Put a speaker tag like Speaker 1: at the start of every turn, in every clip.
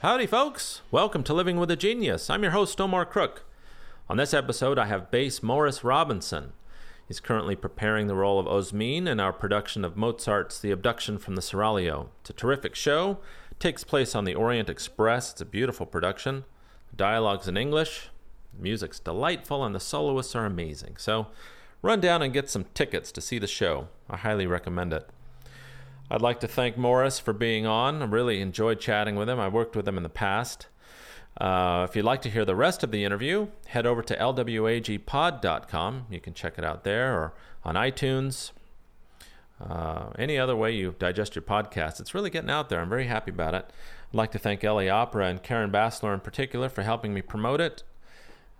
Speaker 1: Howdy, folks! Welcome to Living with a Genius. I'm your host, Omar Crook. On this episode, I have bass Morris Robinson. He's currently preparing the role of Osmin in our production of Mozart's The Abduction from the Seraglio. It's a terrific show. It takes place on the Orient Express. It's a beautiful production. The dialogue's in English. The music's delightful, and the soloists are amazing. So run down and get some tickets to see the show. I highly recommend it. I'd like to thank Morris for being on. I really enjoyed chatting with him. I worked with him in the past. Uh, if you'd like to hear the rest of the interview, head over to lwagpod.com. You can check it out there or on iTunes. Uh, any other way you digest your podcast, it's really getting out there. I'm very happy about it. I'd like to thank Ellie Opera and Karen Bassler in particular for helping me promote it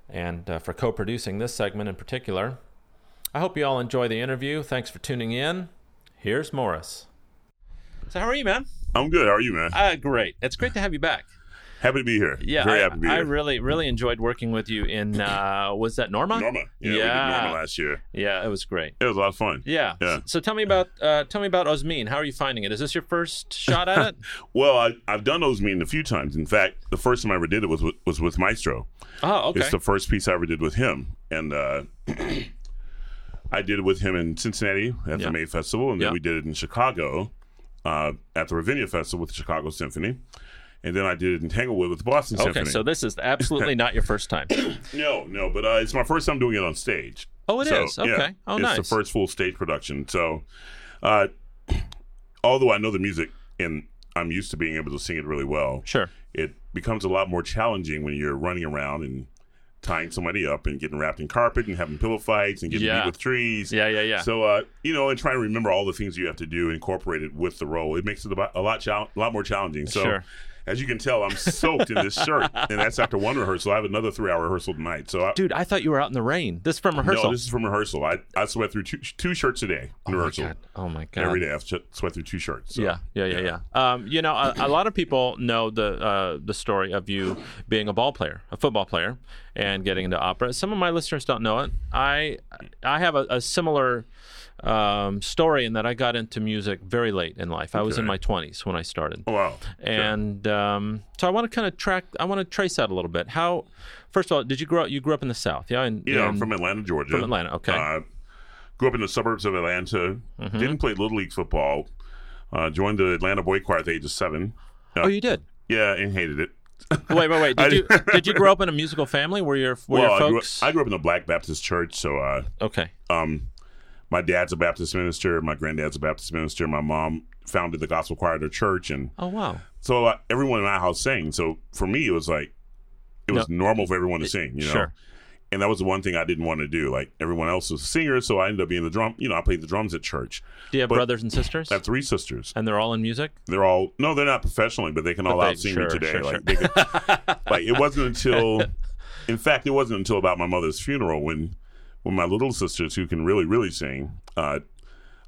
Speaker 1: and uh, for co producing this segment in particular. I hope you all enjoy the interview. Thanks for tuning in. Here's Morris. So, how are you, man?
Speaker 2: I'm good. How are you, man?
Speaker 1: Uh, great. It's great to have you back.
Speaker 2: happy to be here.
Speaker 1: Yeah,
Speaker 2: very
Speaker 1: I,
Speaker 2: happy to be
Speaker 1: I
Speaker 2: here.
Speaker 1: really, really enjoyed working with you in uh, was that Norma?
Speaker 2: Norma, yeah, we
Speaker 1: Yeah.
Speaker 2: did Norma last year.
Speaker 1: Yeah, it was great.
Speaker 2: It was a lot of fun.
Speaker 1: Yeah.
Speaker 2: Yeah.
Speaker 1: So tell me about uh, tell me about Osmin. How are you finding it? Is this your first shot at it?
Speaker 2: Well, I, I've done those meetings a few times. In fact, the first time I ever did it was with, was with Maestro.
Speaker 1: Oh, okay.
Speaker 2: It's the first piece I ever did with him, and uh, I did it with him in Cincinnati at
Speaker 1: Yeah.
Speaker 2: the May Festival, and then
Speaker 1: Yeah.
Speaker 2: we did it in Chicago uh, at the Ravinia Festival with the Chicago Symphony, and then I did it in Tanglewood with the Boston
Speaker 1: okay.
Speaker 2: Symphony.
Speaker 1: So this is absolutely not your first time.
Speaker 2: no, no, but uh, it's my first time doing it on stage.
Speaker 1: Oh, it is.
Speaker 2: So,
Speaker 1: Okay.
Speaker 2: yeah,
Speaker 1: oh,
Speaker 2: it's
Speaker 1: nice.
Speaker 2: the first full stage production. So, uh, although I know the music and I'm used to being able to sing it really well,
Speaker 1: Sure.
Speaker 2: it becomes a lot more challenging when you're running around and tying somebody up and getting wrapped in carpet and having pillow fights and getting
Speaker 1: Yeah.
Speaker 2: beat with trees.
Speaker 1: Yeah, yeah, yeah.
Speaker 2: So, uh, you know, and trying to remember all the things you have to do incorporated with the role, it makes it about- a lot, chal- a lot more challenging. So,
Speaker 1: Sure.
Speaker 2: as you can tell, I'm soaked in this shirt, and that's after one rehearsal. I have another three-hour rehearsal tonight. So, I,
Speaker 1: Dude, I thought you were out in the rain. This is from rehearsal.
Speaker 2: no, this is from rehearsal. I, I sweat through two, two shirts a day in
Speaker 1: oh my
Speaker 2: rehearsal.
Speaker 1: god. Oh my god.
Speaker 2: Every day I sh- sweat through two shirts. so.
Speaker 1: yeah, yeah, yeah, yeah. Um, you know, a, a lot of people know the uh, the story of you being a ball player, a football player, and getting into opera. Some of my listeners don't know it. I I have a, a similar um, story in that I got into music very late in life. I was in
Speaker 2: Okay.
Speaker 1: my twenties when I started,
Speaker 2: Oh, wow.
Speaker 1: and um, so I want to kind of track. I want to trace that a little bit. How, first of all, did you grow up? You grew up in the South, yeah? In,
Speaker 2: Yeah, I'm
Speaker 1: in-
Speaker 2: from Atlanta, Georgia.
Speaker 1: from Atlanta. Okay, Mm-hmm.
Speaker 2: Uh, grew up in the suburbs of Atlanta. Didn't play little league football. Uh, joined the Atlanta Boy Choir at the age of seven.
Speaker 1: oh, you did.
Speaker 2: Yeah, and hated it.
Speaker 1: Wait, wait, wait.
Speaker 2: I
Speaker 1: Did you did you grow up in a musical family? Were your were
Speaker 2: well,
Speaker 1: your
Speaker 2: I grew, up,
Speaker 1: folks?
Speaker 2: I grew up in a Black Baptist church, so uh,
Speaker 1: okay.
Speaker 2: um, my dad's a Baptist minister. My granddad's a Baptist minister. My mom founded the gospel choir at her church, and
Speaker 1: Oh wow.
Speaker 2: so uh, everyone in my house sang. So for me, it was like it was normal for everyone to sing. You know,
Speaker 1: Sure.
Speaker 2: and that was the one thing I didn't want to do. Like everyone else was a singer, so I ended up being the drum. You know, I played the drums at church.
Speaker 1: Do you have
Speaker 2: But-
Speaker 1: brothers and sisters?
Speaker 2: I have three sisters.
Speaker 1: And they're all in music?
Speaker 2: They're all no, they're not professionally, but they can all
Speaker 1: they-
Speaker 2: out sing
Speaker 1: sure,
Speaker 2: me today.
Speaker 1: sure,
Speaker 2: like,
Speaker 1: sure.
Speaker 2: They could, like it wasn't until, in fact, it wasn't until about my mother's funeral when, when my little sisters who can really really sing, uh,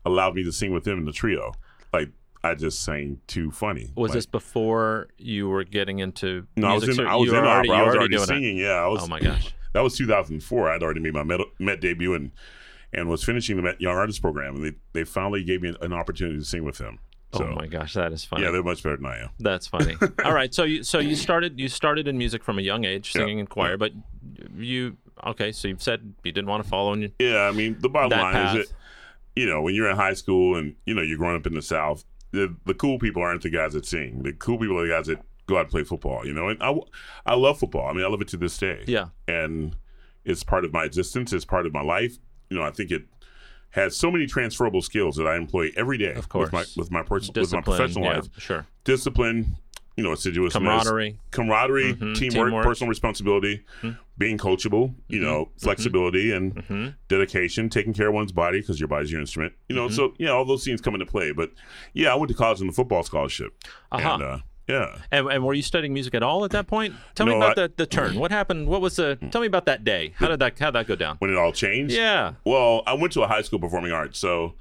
Speaker 2: allowed me to sing with them in the trio. Like I just sang too funny.
Speaker 1: Was
Speaker 2: Like,
Speaker 1: this before you were getting into
Speaker 2: No, I was
Speaker 1: music?
Speaker 2: in.
Speaker 1: So
Speaker 2: I was
Speaker 1: you
Speaker 2: in
Speaker 1: were already,
Speaker 2: opera. I
Speaker 1: you were
Speaker 2: was
Speaker 1: already
Speaker 2: already,
Speaker 1: doing it.
Speaker 2: singing. Yeah, I was.
Speaker 1: Oh my gosh.
Speaker 2: That was 2004. I'd already made my Met, Met debut and and was finishing the Met Young Artist program, and they they finally gave me an, an opportunity to sing with them. So
Speaker 1: oh my gosh, that is funny.
Speaker 2: yeah, they're much better than I am.
Speaker 1: That's funny. all right, so you so you started you started in music from a young age,
Speaker 2: Yeah.
Speaker 1: singing in choir, but you okay, so you've said you didn't want to follow and you
Speaker 2: Yeah, I mean the bottom
Speaker 1: That
Speaker 2: line
Speaker 1: path.
Speaker 2: is that you know when you're in high school and you know you're growing up in the South, the the cool people aren't the guys that sing. The cool people are the guys that go out and play football. You know, and I w- I love football. I mean, I love it to this day.
Speaker 1: Yeah.
Speaker 2: and it's part of my existence. It's part of my life. You know, I think it has so many transferable skills that I employ every day.
Speaker 1: Of course.
Speaker 2: with my with my personal with my
Speaker 1: discipline.
Speaker 2: professional
Speaker 1: yeah,
Speaker 2: life,
Speaker 1: Sure.
Speaker 2: discipline. You know, assiduousness,
Speaker 1: Camaraderie.
Speaker 2: camaraderie,
Speaker 1: Mhm,
Speaker 2: teamwork,
Speaker 1: teamwork. Mm-hmm.
Speaker 2: personal responsibility, being coachable. You know, flexibility and
Speaker 1: hmm
Speaker 2: dedication, taking care of one's body because your body's your instrument. You
Speaker 1: Mm-hmm.
Speaker 2: know, so yeah, all those things come into play. But yeah, I went to college on the football scholarship,
Speaker 1: Uh-huh.
Speaker 2: and uh, yeah,
Speaker 1: And, and were you studying music at all at that point? Tell me
Speaker 2: No,
Speaker 1: about
Speaker 2: I-
Speaker 1: the, the turn. What happened? What was the? Tell me about that day. How did that? How would that go down?
Speaker 2: when it all changed.
Speaker 1: Yeah.
Speaker 2: Well, I went to a high school performing arts, so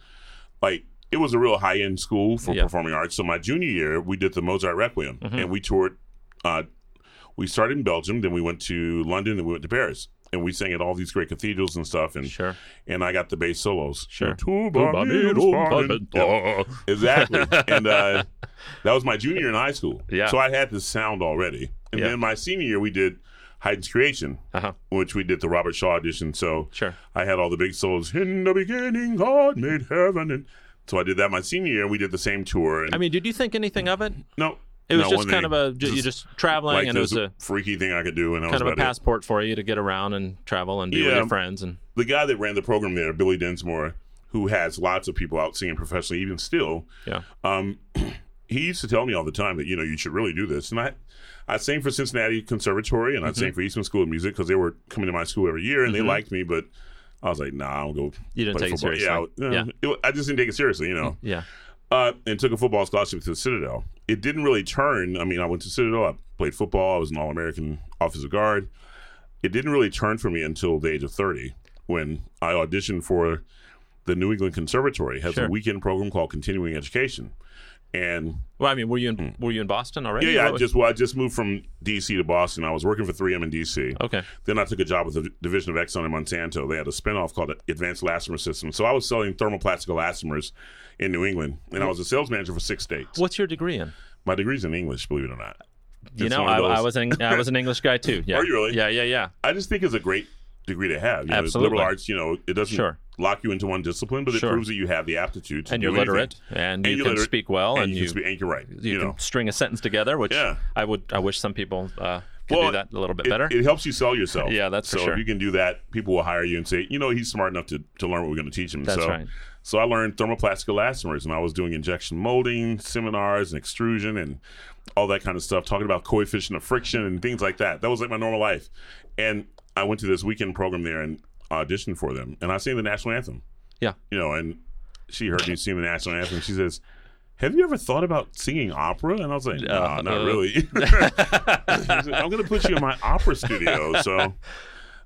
Speaker 2: like it was a real high end school for
Speaker 1: Yeah. Mm-hmm.
Speaker 2: performing arts. So my junior year, we did the Mozart Requiem, and we toured. Uh, we started in Belgium, then we went to London, then we went to Paris, and we sang at all these great cathedrals and stuff. And
Speaker 1: Sure.
Speaker 2: and I got the bass solos.
Speaker 1: Sure.
Speaker 2: Tuba,
Speaker 1: Tuba,
Speaker 2: middle,
Speaker 1: middle,
Speaker 2: yeah. Exactly. and uh, that was my junior in high school.
Speaker 1: Yeah.
Speaker 2: So I had this sound already. And
Speaker 1: Yeah.
Speaker 2: then my senior year, we did Haydn's Creation,
Speaker 1: Uh-huh.
Speaker 2: which we did the Robert Shaw edition. So
Speaker 1: Sure.
Speaker 2: I had all the big solos. In the beginning, God made heaven. And so I did that my senior year, and we did the same tour. And
Speaker 1: I mean, did you think anything of it?
Speaker 2: no,
Speaker 1: It was
Speaker 2: no,
Speaker 1: just
Speaker 2: one
Speaker 1: kind
Speaker 2: thing.
Speaker 1: of a ju- you're just traveling,
Speaker 2: like
Speaker 1: and it was a
Speaker 2: freaky thing I could do, and I was
Speaker 1: kind of a
Speaker 2: about it.
Speaker 1: passport for you to get around and travel and be with
Speaker 2: Yeah.
Speaker 1: your friends. And
Speaker 2: the guy that ran the program there, Billy Densmore, who has lots of people out singing professionally, even still.
Speaker 1: yeah,
Speaker 2: Um, he used to tell me all the time that you know you should really do this, and I, I sang for Cincinnati Conservatory and I
Speaker 1: Mm-hmm.
Speaker 2: sang for Eastman School of Music because they were coming to my school every year and they liked me, but I was like, nah, I'll go.
Speaker 1: You didn't
Speaker 2: play
Speaker 1: take it
Speaker 2: football.
Speaker 1: seriously.
Speaker 2: Yeah, I- uh, it- I just didn't take it seriously, you know.
Speaker 1: yeah,
Speaker 2: Uh, and took a football scholarship to the Citadel. It didn't really turn. I mean, I went to Citadel. I played football. I was an All American offensive guard. It didn't really turn for me until the age of thirty when I auditioned for the New England Conservatory. It has
Speaker 1: Sure.
Speaker 2: a weekend program called Continuing Education, and
Speaker 1: Well, I mean, were you in were you in Boston already?
Speaker 2: Hmm. yeah, yeah.
Speaker 1: What
Speaker 2: I
Speaker 1: was-
Speaker 2: just well, I just moved from D.C. to Boston. I was working for 3M in D.C.
Speaker 1: okay.
Speaker 2: Then I took a job with the division of Exxon and Monsanto. They had a spinoff called Advanced Elastomer Systems. So I was selling thermoplastic elastomers in New England,
Speaker 1: Mm-hmm.
Speaker 2: and I was a sales manager for six states.
Speaker 1: What's your degree in?
Speaker 2: My degree's in English, believe it or not.
Speaker 1: You
Speaker 2: It's
Speaker 1: know,
Speaker 2: one
Speaker 1: I,
Speaker 2: of
Speaker 1: I
Speaker 2: those-
Speaker 1: was an I was an English guy too. Yeah.
Speaker 2: Are you really?
Speaker 1: Yeah, yeah, yeah.
Speaker 2: I just think it's a great degree to have. You know,
Speaker 1: Absolutely.
Speaker 2: Liberal arts, you know, it doesn't
Speaker 1: Sure.
Speaker 2: lock you into one discipline, but it
Speaker 1: Sure.
Speaker 2: proves that you have the aptitude. To
Speaker 1: And
Speaker 2: do
Speaker 1: you're
Speaker 2: anything.
Speaker 1: literate, and, you
Speaker 2: you're
Speaker 1: can
Speaker 2: literate,
Speaker 1: speak well,
Speaker 2: and,
Speaker 1: and,
Speaker 2: you,
Speaker 1: you
Speaker 2: can speak, and you're right.
Speaker 1: you,
Speaker 2: You, know,
Speaker 1: can string a sentence together. Which
Speaker 2: Yeah.
Speaker 1: I would I wish some people uh, could
Speaker 2: Well,
Speaker 1: do that a little bit
Speaker 2: it,
Speaker 1: better.
Speaker 2: it helps you sell yourself.
Speaker 1: Yeah, that's for
Speaker 2: so
Speaker 1: sure.
Speaker 2: if you can do that, people will hire you and say, you know, he's smart enough to, to learn what we're going to teach him.
Speaker 1: That's
Speaker 2: so,
Speaker 1: right.
Speaker 2: So I learned thermoplastic elastomers, and I was doing injection molding seminars and extrusion and all that kind of stuff, talking about coefficient of friction and things like that. That was like my normal life. And I went to this weekend program there and auditioned for them, and I sang the national anthem.
Speaker 1: yeah.
Speaker 2: You know, and she heard me sing the national anthem. She says. Have you ever thought about singing opera? And I was like, no,
Speaker 1: Uh,
Speaker 2: not
Speaker 1: uh.
Speaker 2: really. He's like, I'm going to put you in my opera studio. So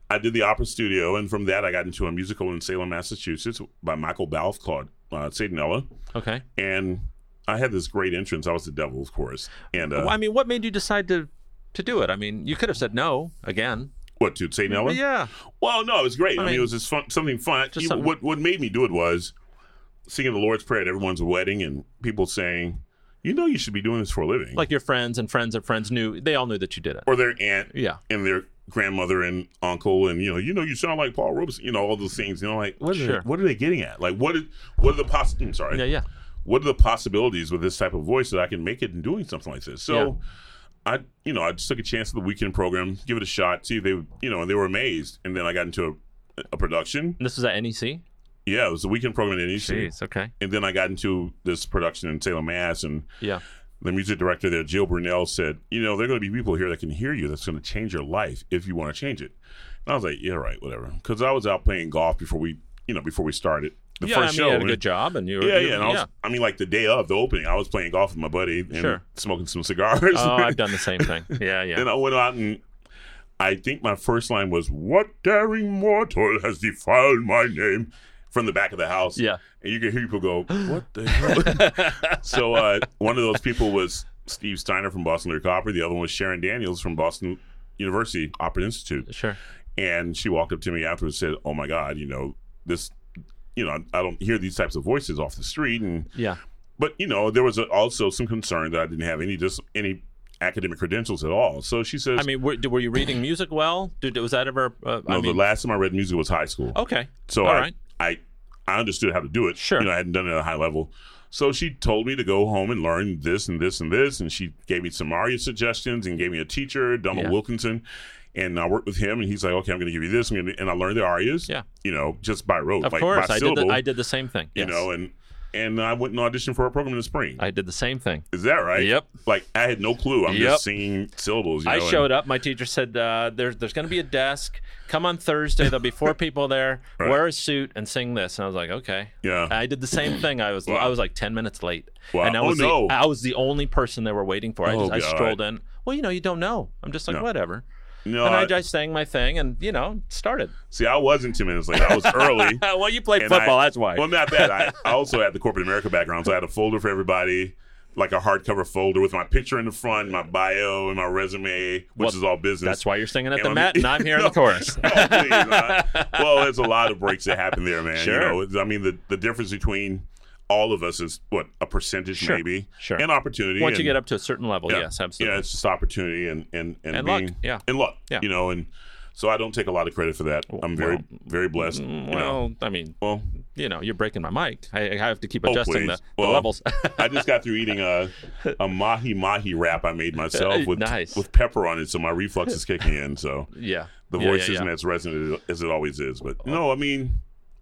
Speaker 2: I did the opera studio, and from that, I got into a musical in Salem, Massachusetts by Michael Balfe called uh, Satanella.
Speaker 1: Okay.
Speaker 2: And I had this great entrance. I was the devil, of course. And uh,
Speaker 1: Well, I mean, what made you decide to to do it? I mean, you could have said no again.
Speaker 2: what, dude? Satanella?
Speaker 1: But yeah.
Speaker 2: Well, no, it was great. I, mean,
Speaker 1: mean,
Speaker 2: it was just fun, something fun.
Speaker 1: just
Speaker 2: You-
Speaker 1: something-
Speaker 2: What, what made me do it was singing the Lord's Prayer at everyone's wedding and people saying, you know, you should be doing this for a living.
Speaker 1: Like your friends and friends of friends knew they all knew that you did it.
Speaker 2: or their aunt
Speaker 1: Yeah.
Speaker 2: and their grandmother and uncle and you know you know you sound like Paul Robeson you know all those things you know like what are,
Speaker 1: Sure.
Speaker 2: they, what are they getting at like what is, what are the poss- I'm sorry
Speaker 1: Yeah, yeah.
Speaker 2: what are the possibilities with this type of voice that I can make it in doing something like this so I you know I just took a chance at the weekend program give it a shot see if they would- you know and they were amazed and then I got into a, a production
Speaker 1: And this was at
Speaker 2: E
Speaker 1: NEC.
Speaker 2: yeah it was a weekend program in NEC
Speaker 1: Jeez. Okay.
Speaker 2: and then I got into this production in Salem Mass and
Speaker 1: Yeah.
Speaker 2: the music director there, Jill Brunel, said, "You know, there are going to be people here that can hear you. That's going to change your life if you want to change it." And I was like, "Yeah, right, whatever." Because I was out playing golf before we, you know, before we started the
Speaker 1: yeah. I mean,
Speaker 2: first show.
Speaker 1: you had a good job, and you were
Speaker 2: yeah,
Speaker 1: you-
Speaker 2: yeah. And I, was, I mean, like the day of the opening, I was playing golf with my buddy and
Speaker 1: Sure.
Speaker 2: smoking some cigars.
Speaker 1: Oh, I've done the same thing. Yeah, yeah.
Speaker 2: and I went out and. I think my first line was, What daring mortal has defiled my name? from the back of the house.
Speaker 1: Yeah.
Speaker 2: And you could hear people go, What the hell? so uh, one of those people was Steve Steiner from Boston Lyric Opera. The other one was Sharon Daniels from Boston University Opera Institute.
Speaker 1: Sure.
Speaker 2: And she walked up to me afterwards and said, Oh my God, you know, this, you know, I don't hear these types of voices off the street. And,
Speaker 1: Yeah.
Speaker 2: but, you know, there was also some concern that I didn't have any, just any academic credentials at all. So she says,
Speaker 1: I mean, were, were you reading music well? Did was that ever? Uh,
Speaker 2: no,
Speaker 1: I mean,
Speaker 2: the last time I read music was high school.
Speaker 1: okay.
Speaker 2: So
Speaker 1: All
Speaker 2: I,
Speaker 1: right.
Speaker 2: I I understood how to do it.
Speaker 1: Sure.
Speaker 2: You know, I hadn't done it at a high level. So she told me to go home and learn this and this and this. And she gave me some aria suggestions and gave me a teacher, Donald
Speaker 1: Yeah.
Speaker 2: Wilkinson. And I worked with him, and he's like, "Okay, I'm going to give you this," I'm gonna, and I learned the arias.
Speaker 1: Yeah.
Speaker 2: you know, just by rote,
Speaker 1: Of
Speaker 2: like
Speaker 1: course,
Speaker 2: by
Speaker 1: I did.
Speaker 2: syllable.
Speaker 1: The, I did the same thing.
Speaker 2: You
Speaker 1: Yes.
Speaker 2: know, and and I went and auditioned for a program in the spring.
Speaker 1: I did the same thing.
Speaker 2: Is that right?
Speaker 1: Yep.
Speaker 2: Like I had no clue. I'm
Speaker 1: Yep.
Speaker 2: just singing syllables. You
Speaker 1: I
Speaker 2: know, and-
Speaker 1: showed up. My teacher said, uh, "There's there's going to be a desk. Come on Thursday. There'll be four people there. Wear a suit and sing this." And I was like, "Okay."
Speaker 2: Yeah.
Speaker 1: I did the same thing. I was I was like ten minutes late.
Speaker 2: Wow.
Speaker 1: And I
Speaker 2: Oh,
Speaker 1: was
Speaker 2: no.
Speaker 1: the, I was the only person they were waiting for. I
Speaker 2: Oh,
Speaker 1: just I
Speaker 2: God.
Speaker 1: strolled in. Well, you know, you don't know. I'm just like whatever.
Speaker 2: No,
Speaker 1: and I,
Speaker 2: I-
Speaker 1: just sang my thing, and you know, started.
Speaker 2: See, I wasn't ten minutes late. I was early.
Speaker 1: well, you play
Speaker 2: And
Speaker 1: football.
Speaker 2: I-
Speaker 1: that's why.
Speaker 2: Well, not that. I, I also had the corporate America background, so I had a folder for everybody. like a hardcover folder with my picture in the front, my bio, and my resume, which
Speaker 1: Well,
Speaker 2: is all business.
Speaker 1: That's why you're singing at
Speaker 2: And
Speaker 1: the
Speaker 2: I'm-
Speaker 1: Met, and I'm here in the chorus.
Speaker 2: Oh, please, I- well, there's a lot of breaks that happen there, man.
Speaker 1: Sure.
Speaker 2: You know, it's- I mean, the, the difference between all of us is what a percentage,
Speaker 1: Sure,
Speaker 2: maybe,
Speaker 1: sure.
Speaker 2: and opportunity.
Speaker 1: Once you
Speaker 2: and-
Speaker 1: get up to a certain level, yes, absolutely.
Speaker 2: Yeah, it's just opportunity and and and,
Speaker 1: And luck,
Speaker 2: being,
Speaker 1: yeah.
Speaker 2: and luck.
Speaker 1: Yeah.
Speaker 2: you know, and so I don't take a lot of credit for that. I'm very very blessed. you know.
Speaker 1: Mm, Well, I mean,
Speaker 2: well,
Speaker 1: you know, you're breaking my mic. I, I have to keep
Speaker 2: Oh,
Speaker 1: adjusting the,
Speaker 2: please.
Speaker 1: the
Speaker 2: Well,
Speaker 1: levels.
Speaker 2: I just got through eating a a mahi mahi wrap I made myself with
Speaker 1: Nice.
Speaker 2: with pepper on it, so my reflux is kicking in. So
Speaker 1: yeah.
Speaker 2: the
Speaker 1: Yeah,
Speaker 2: voice
Speaker 1: yeah,
Speaker 2: isn't
Speaker 1: yeah. Oh.
Speaker 2: as resonant as it always is. But no, I mean,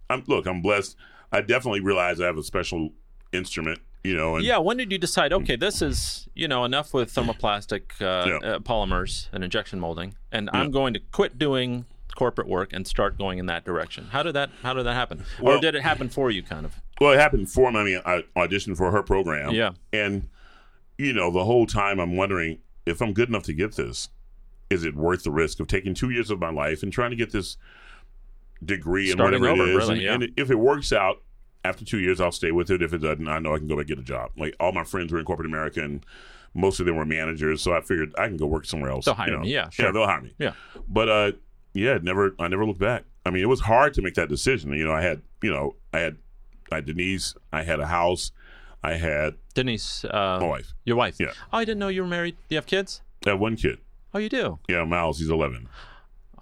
Speaker 2: I'm look, I'm blessed. I definitely realize I have a special instrument, you know, and
Speaker 1: Yeah, when did you decide? Okay, this is you know enough with thermoplastic uh,
Speaker 2: Yeah.
Speaker 1: uh, polymers and injection molding, and I'm going to quit doing corporate work and start going in that direction. How did that? How did that happen? or
Speaker 2: Well-
Speaker 1: did it happen for you? Kind of.
Speaker 2: well, it happened for me. I mean, I auditioned for her program,
Speaker 1: Yeah.
Speaker 2: and you know, the whole time I'm wondering if I'm good enough to get this. Is it worth the risk of taking two years of my life and trying to get this degree
Speaker 1: Starting
Speaker 2: and whatever
Speaker 1: over,
Speaker 2: it is?
Speaker 1: really,
Speaker 2: and, and if it works out after two years, I'll stay with it. If it doesn't, I know I can go back and get a job. Like all my friends were in corporate America, and most of them were managers, so I figured I can go work somewhere else.
Speaker 1: They'll hire me, yeah, sure.
Speaker 2: yeah, they'll hire me.
Speaker 1: Yeah.
Speaker 2: But uh, yeah, it never I never looked back. I mean, it was hard to make that decision. You know, I had you know I had I had Denise, I had a house, I had
Speaker 1: Denise, uh,
Speaker 2: my wife,
Speaker 1: your wife.
Speaker 2: Yeah.
Speaker 1: Oh, I didn't know you were married. Do you have kids?
Speaker 2: I had one kid.
Speaker 1: Oh, you do.
Speaker 2: Yeah, Miles, he's eleven.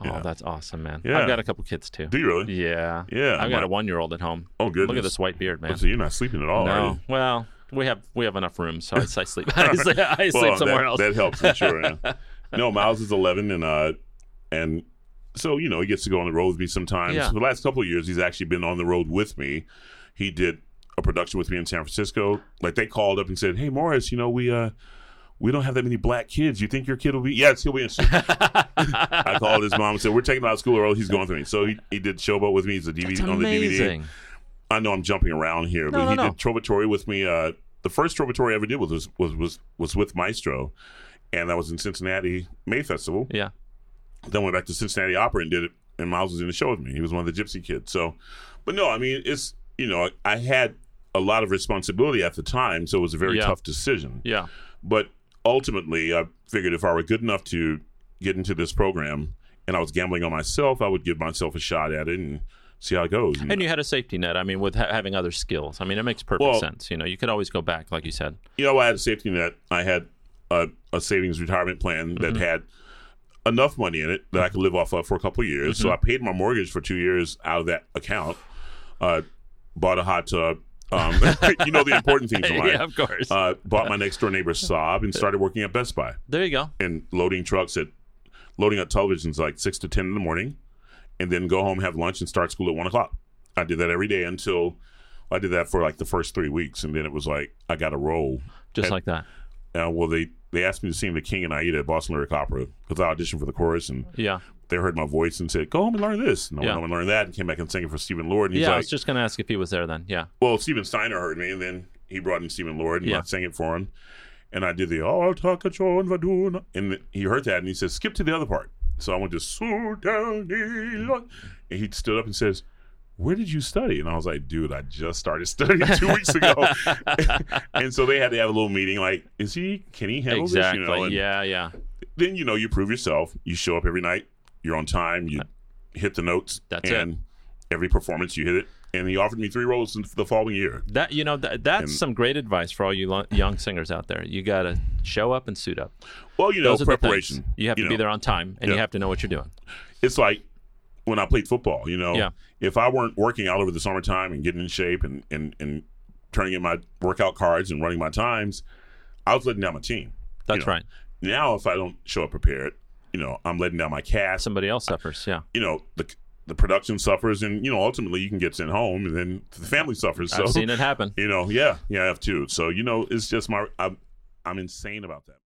Speaker 1: Oh,
Speaker 2: Yeah.
Speaker 1: that's awesome, man. I've
Speaker 2: Yeah.
Speaker 1: got a couple kids too.
Speaker 2: Do you really?
Speaker 1: Yeah.
Speaker 2: Yeah,
Speaker 1: I've got
Speaker 2: my-
Speaker 1: a one-year-old at home.
Speaker 2: Oh goodness!
Speaker 1: Look at this white beard, man.
Speaker 2: So you're not sleeping at all, are
Speaker 1: no.
Speaker 2: you?
Speaker 1: Well, we have we have enough room, so I, I sleep. I sleep, I sleep
Speaker 2: Well,
Speaker 1: somewhere
Speaker 2: that,
Speaker 1: else.
Speaker 2: That helps, I'm sure. yeah. No, Miles is 11, and uh, and so you know he gets to go on the road with me sometimes.
Speaker 1: Yeah.
Speaker 2: For the last couple of years, he's actually been on the road with me. He did a production with me in San Francisco. Like they called up and said, "Hey, Morris, you know we uh." We don't have that many black kids. You think your kid will be? Yes, he'll be interested. I called his mom and said, "We're taking him out of school early. He's going with me." So he, he did show up with me. He's a DVD
Speaker 1: It's
Speaker 2: on the DVD.
Speaker 1: amazing.
Speaker 2: I know I'm jumping around here,
Speaker 1: No,
Speaker 2: but
Speaker 1: no,
Speaker 2: he
Speaker 1: no.
Speaker 2: did Trovatore with me. Uh, the first Trovatore I ever did with was was was, was with Maestro, and that was in Cincinnati May Festival.
Speaker 1: Yeah.
Speaker 2: Then went back to Cincinnati Opera and did it. And Miles was in the show with me. He was one of the Gypsy kids. So, but no, I mean it's you know I had a lot of responsibility at the time, so it was a very
Speaker 1: Yeah.
Speaker 2: tough decision.
Speaker 1: Yeah.
Speaker 2: But ultimately, I figured if I were good enough to get into this program and I was gambling on myself, I would give myself a shot at it and see how it goes.
Speaker 1: And you had a safety net. I mean, with ha- having other skills. I mean, it makes perfect
Speaker 2: Well-
Speaker 1: sense. You know, you could always go back, like you said.
Speaker 2: you know, I had a safety net. I had a, a savings retirement plan that had enough money in it that I could live off of for a couple of years. So I paid my mortgage for two years out of that account. Uh, bought a hot tub. Um, you know the important things in life.
Speaker 1: yeah, of course.
Speaker 2: Uh, bought my next door neighbor's Saab and started working at Best Buy
Speaker 1: there you go.
Speaker 2: and loading trucks at loading up televisions like six to ten in the morning, and then go home have lunch and start school at one o'clock. I did that every day until I did that for like the first three weeks, and then it was like I got a role
Speaker 1: Just
Speaker 2: and-
Speaker 1: like that.
Speaker 2: uh, well, they they asked me to sing the King and Aida at Boston Lyric Opera because I auditioned for the chorus, and
Speaker 1: Yeah.
Speaker 2: they heard my voice and said, "Go home and learn this." And I
Speaker 1: Yeah.
Speaker 2: went home and learned that, and came back and sang it for Stephen Lord. And he's
Speaker 1: yeah. I
Speaker 2: like,
Speaker 1: was just going to ask if he was there then. Yeah.
Speaker 2: "Well, Stephen Steiner heard me, and then he brought in Stephen Lord, and
Speaker 1: Yeah.
Speaker 2: I sang it for him." And I did the Alta Cachon Vaduna, and he heard that, and he says, "Skip to the other part." So I went to Sudanila, and he stood up and says. Where did you study? And I was like, dude, I just started studying two weeks ago. and so they had to have a little meeting like, is he, can he handle
Speaker 1: exactly.
Speaker 2: this? You know, and-
Speaker 1: yeah. Yeah.
Speaker 2: then you know you prove yourself. You show up every night. You're on time. You hit the notes.
Speaker 1: That's
Speaker 2: and every performance you hit it. And he offered me three roles in the following year.
Speaker 1: That you know that that's
Speaker 2: And-
Speaker 1: some great advice for all you lo- young singers out there. You got to show up and suit up.
Speaker 2: Well, you know,
Speaker 1: Those are
Speaker 2: preparation.
Speaker 1: the things. You have to
Speaker 2: know.
Speaker 1: be there on time, and you
Speaker 2: Yeah.
Speaker 1: have to know what you're doing.
Speaker 2: It's like when I played football. You know,
Speaker 1: Yeah.
Speaker 2: if I weren't working out over the summertime and getting in shape and and and turning in my workout cards and running my times, I was letting down my team.
Speaker 1: That's
Speaker 2: know.
Speaker 1: right.
Speaker 2: Now, if I don't show up prepared, you know, I'm letting down my cast.
Speaker 1: Somebody else suffers. Yeah.
Speaker 2: you know the the production suffers, and you know ultimately you can get sent home, and then the family suffers. So
Speaker 1: I've seen it happen.
Speaker 2: you know, yeah, yeah, I have too. So you know, it's just my I'm I'm insane about that.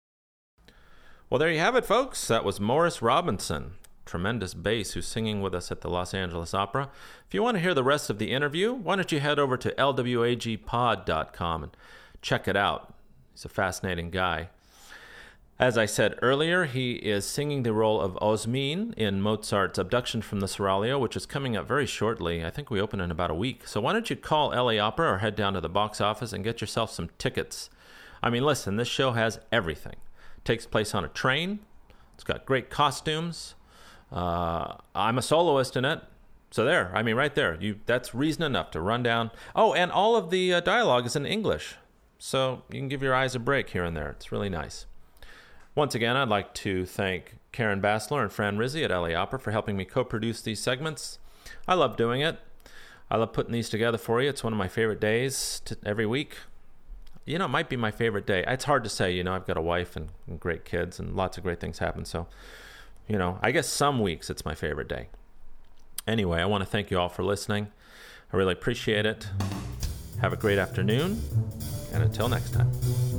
Speaker 1: Well, there you have it, folks. That was Morris Robinson, tremendous bass who's singing with us at the Los Angeles Opera. If you want to hear the rest of the interview, why don't you head over to lwagpod.com and check it out? He's a fascinating guy. As I said earlier, he is singing the role of Osmin in Mozart's Abduction from the Seraglio, which is coming up very shortly. I think we open in about a week. So why don't you call LA Opera or head down to the box office and get yourself some tickets? I mean, listen, this show has everything. It takes place on a train. It's got great costumes. Uh, I'm a soloist in it. So there, I mean, right there, you that's reason enough to run down. Oh, and all of the uh, dialogue is in English, so you can give your eyes a break here and there. It's really nice. Once again, I'd like to thank Karen Bassler and Fran Rizzi at LA Opera for helping me co-produce these segments. I love doing it. I love putting these together for you. It's one of my favorite days to, every week. You know, it might be my favorite day. It's hard to say. You know, I've got a wife and, and great kids, and lots of great things happen. So, you know, I guess some weeks it's my favorite day. Anyway, I want to thank you all for listening. I really appreciate it. Have a great afternoon, and until next time.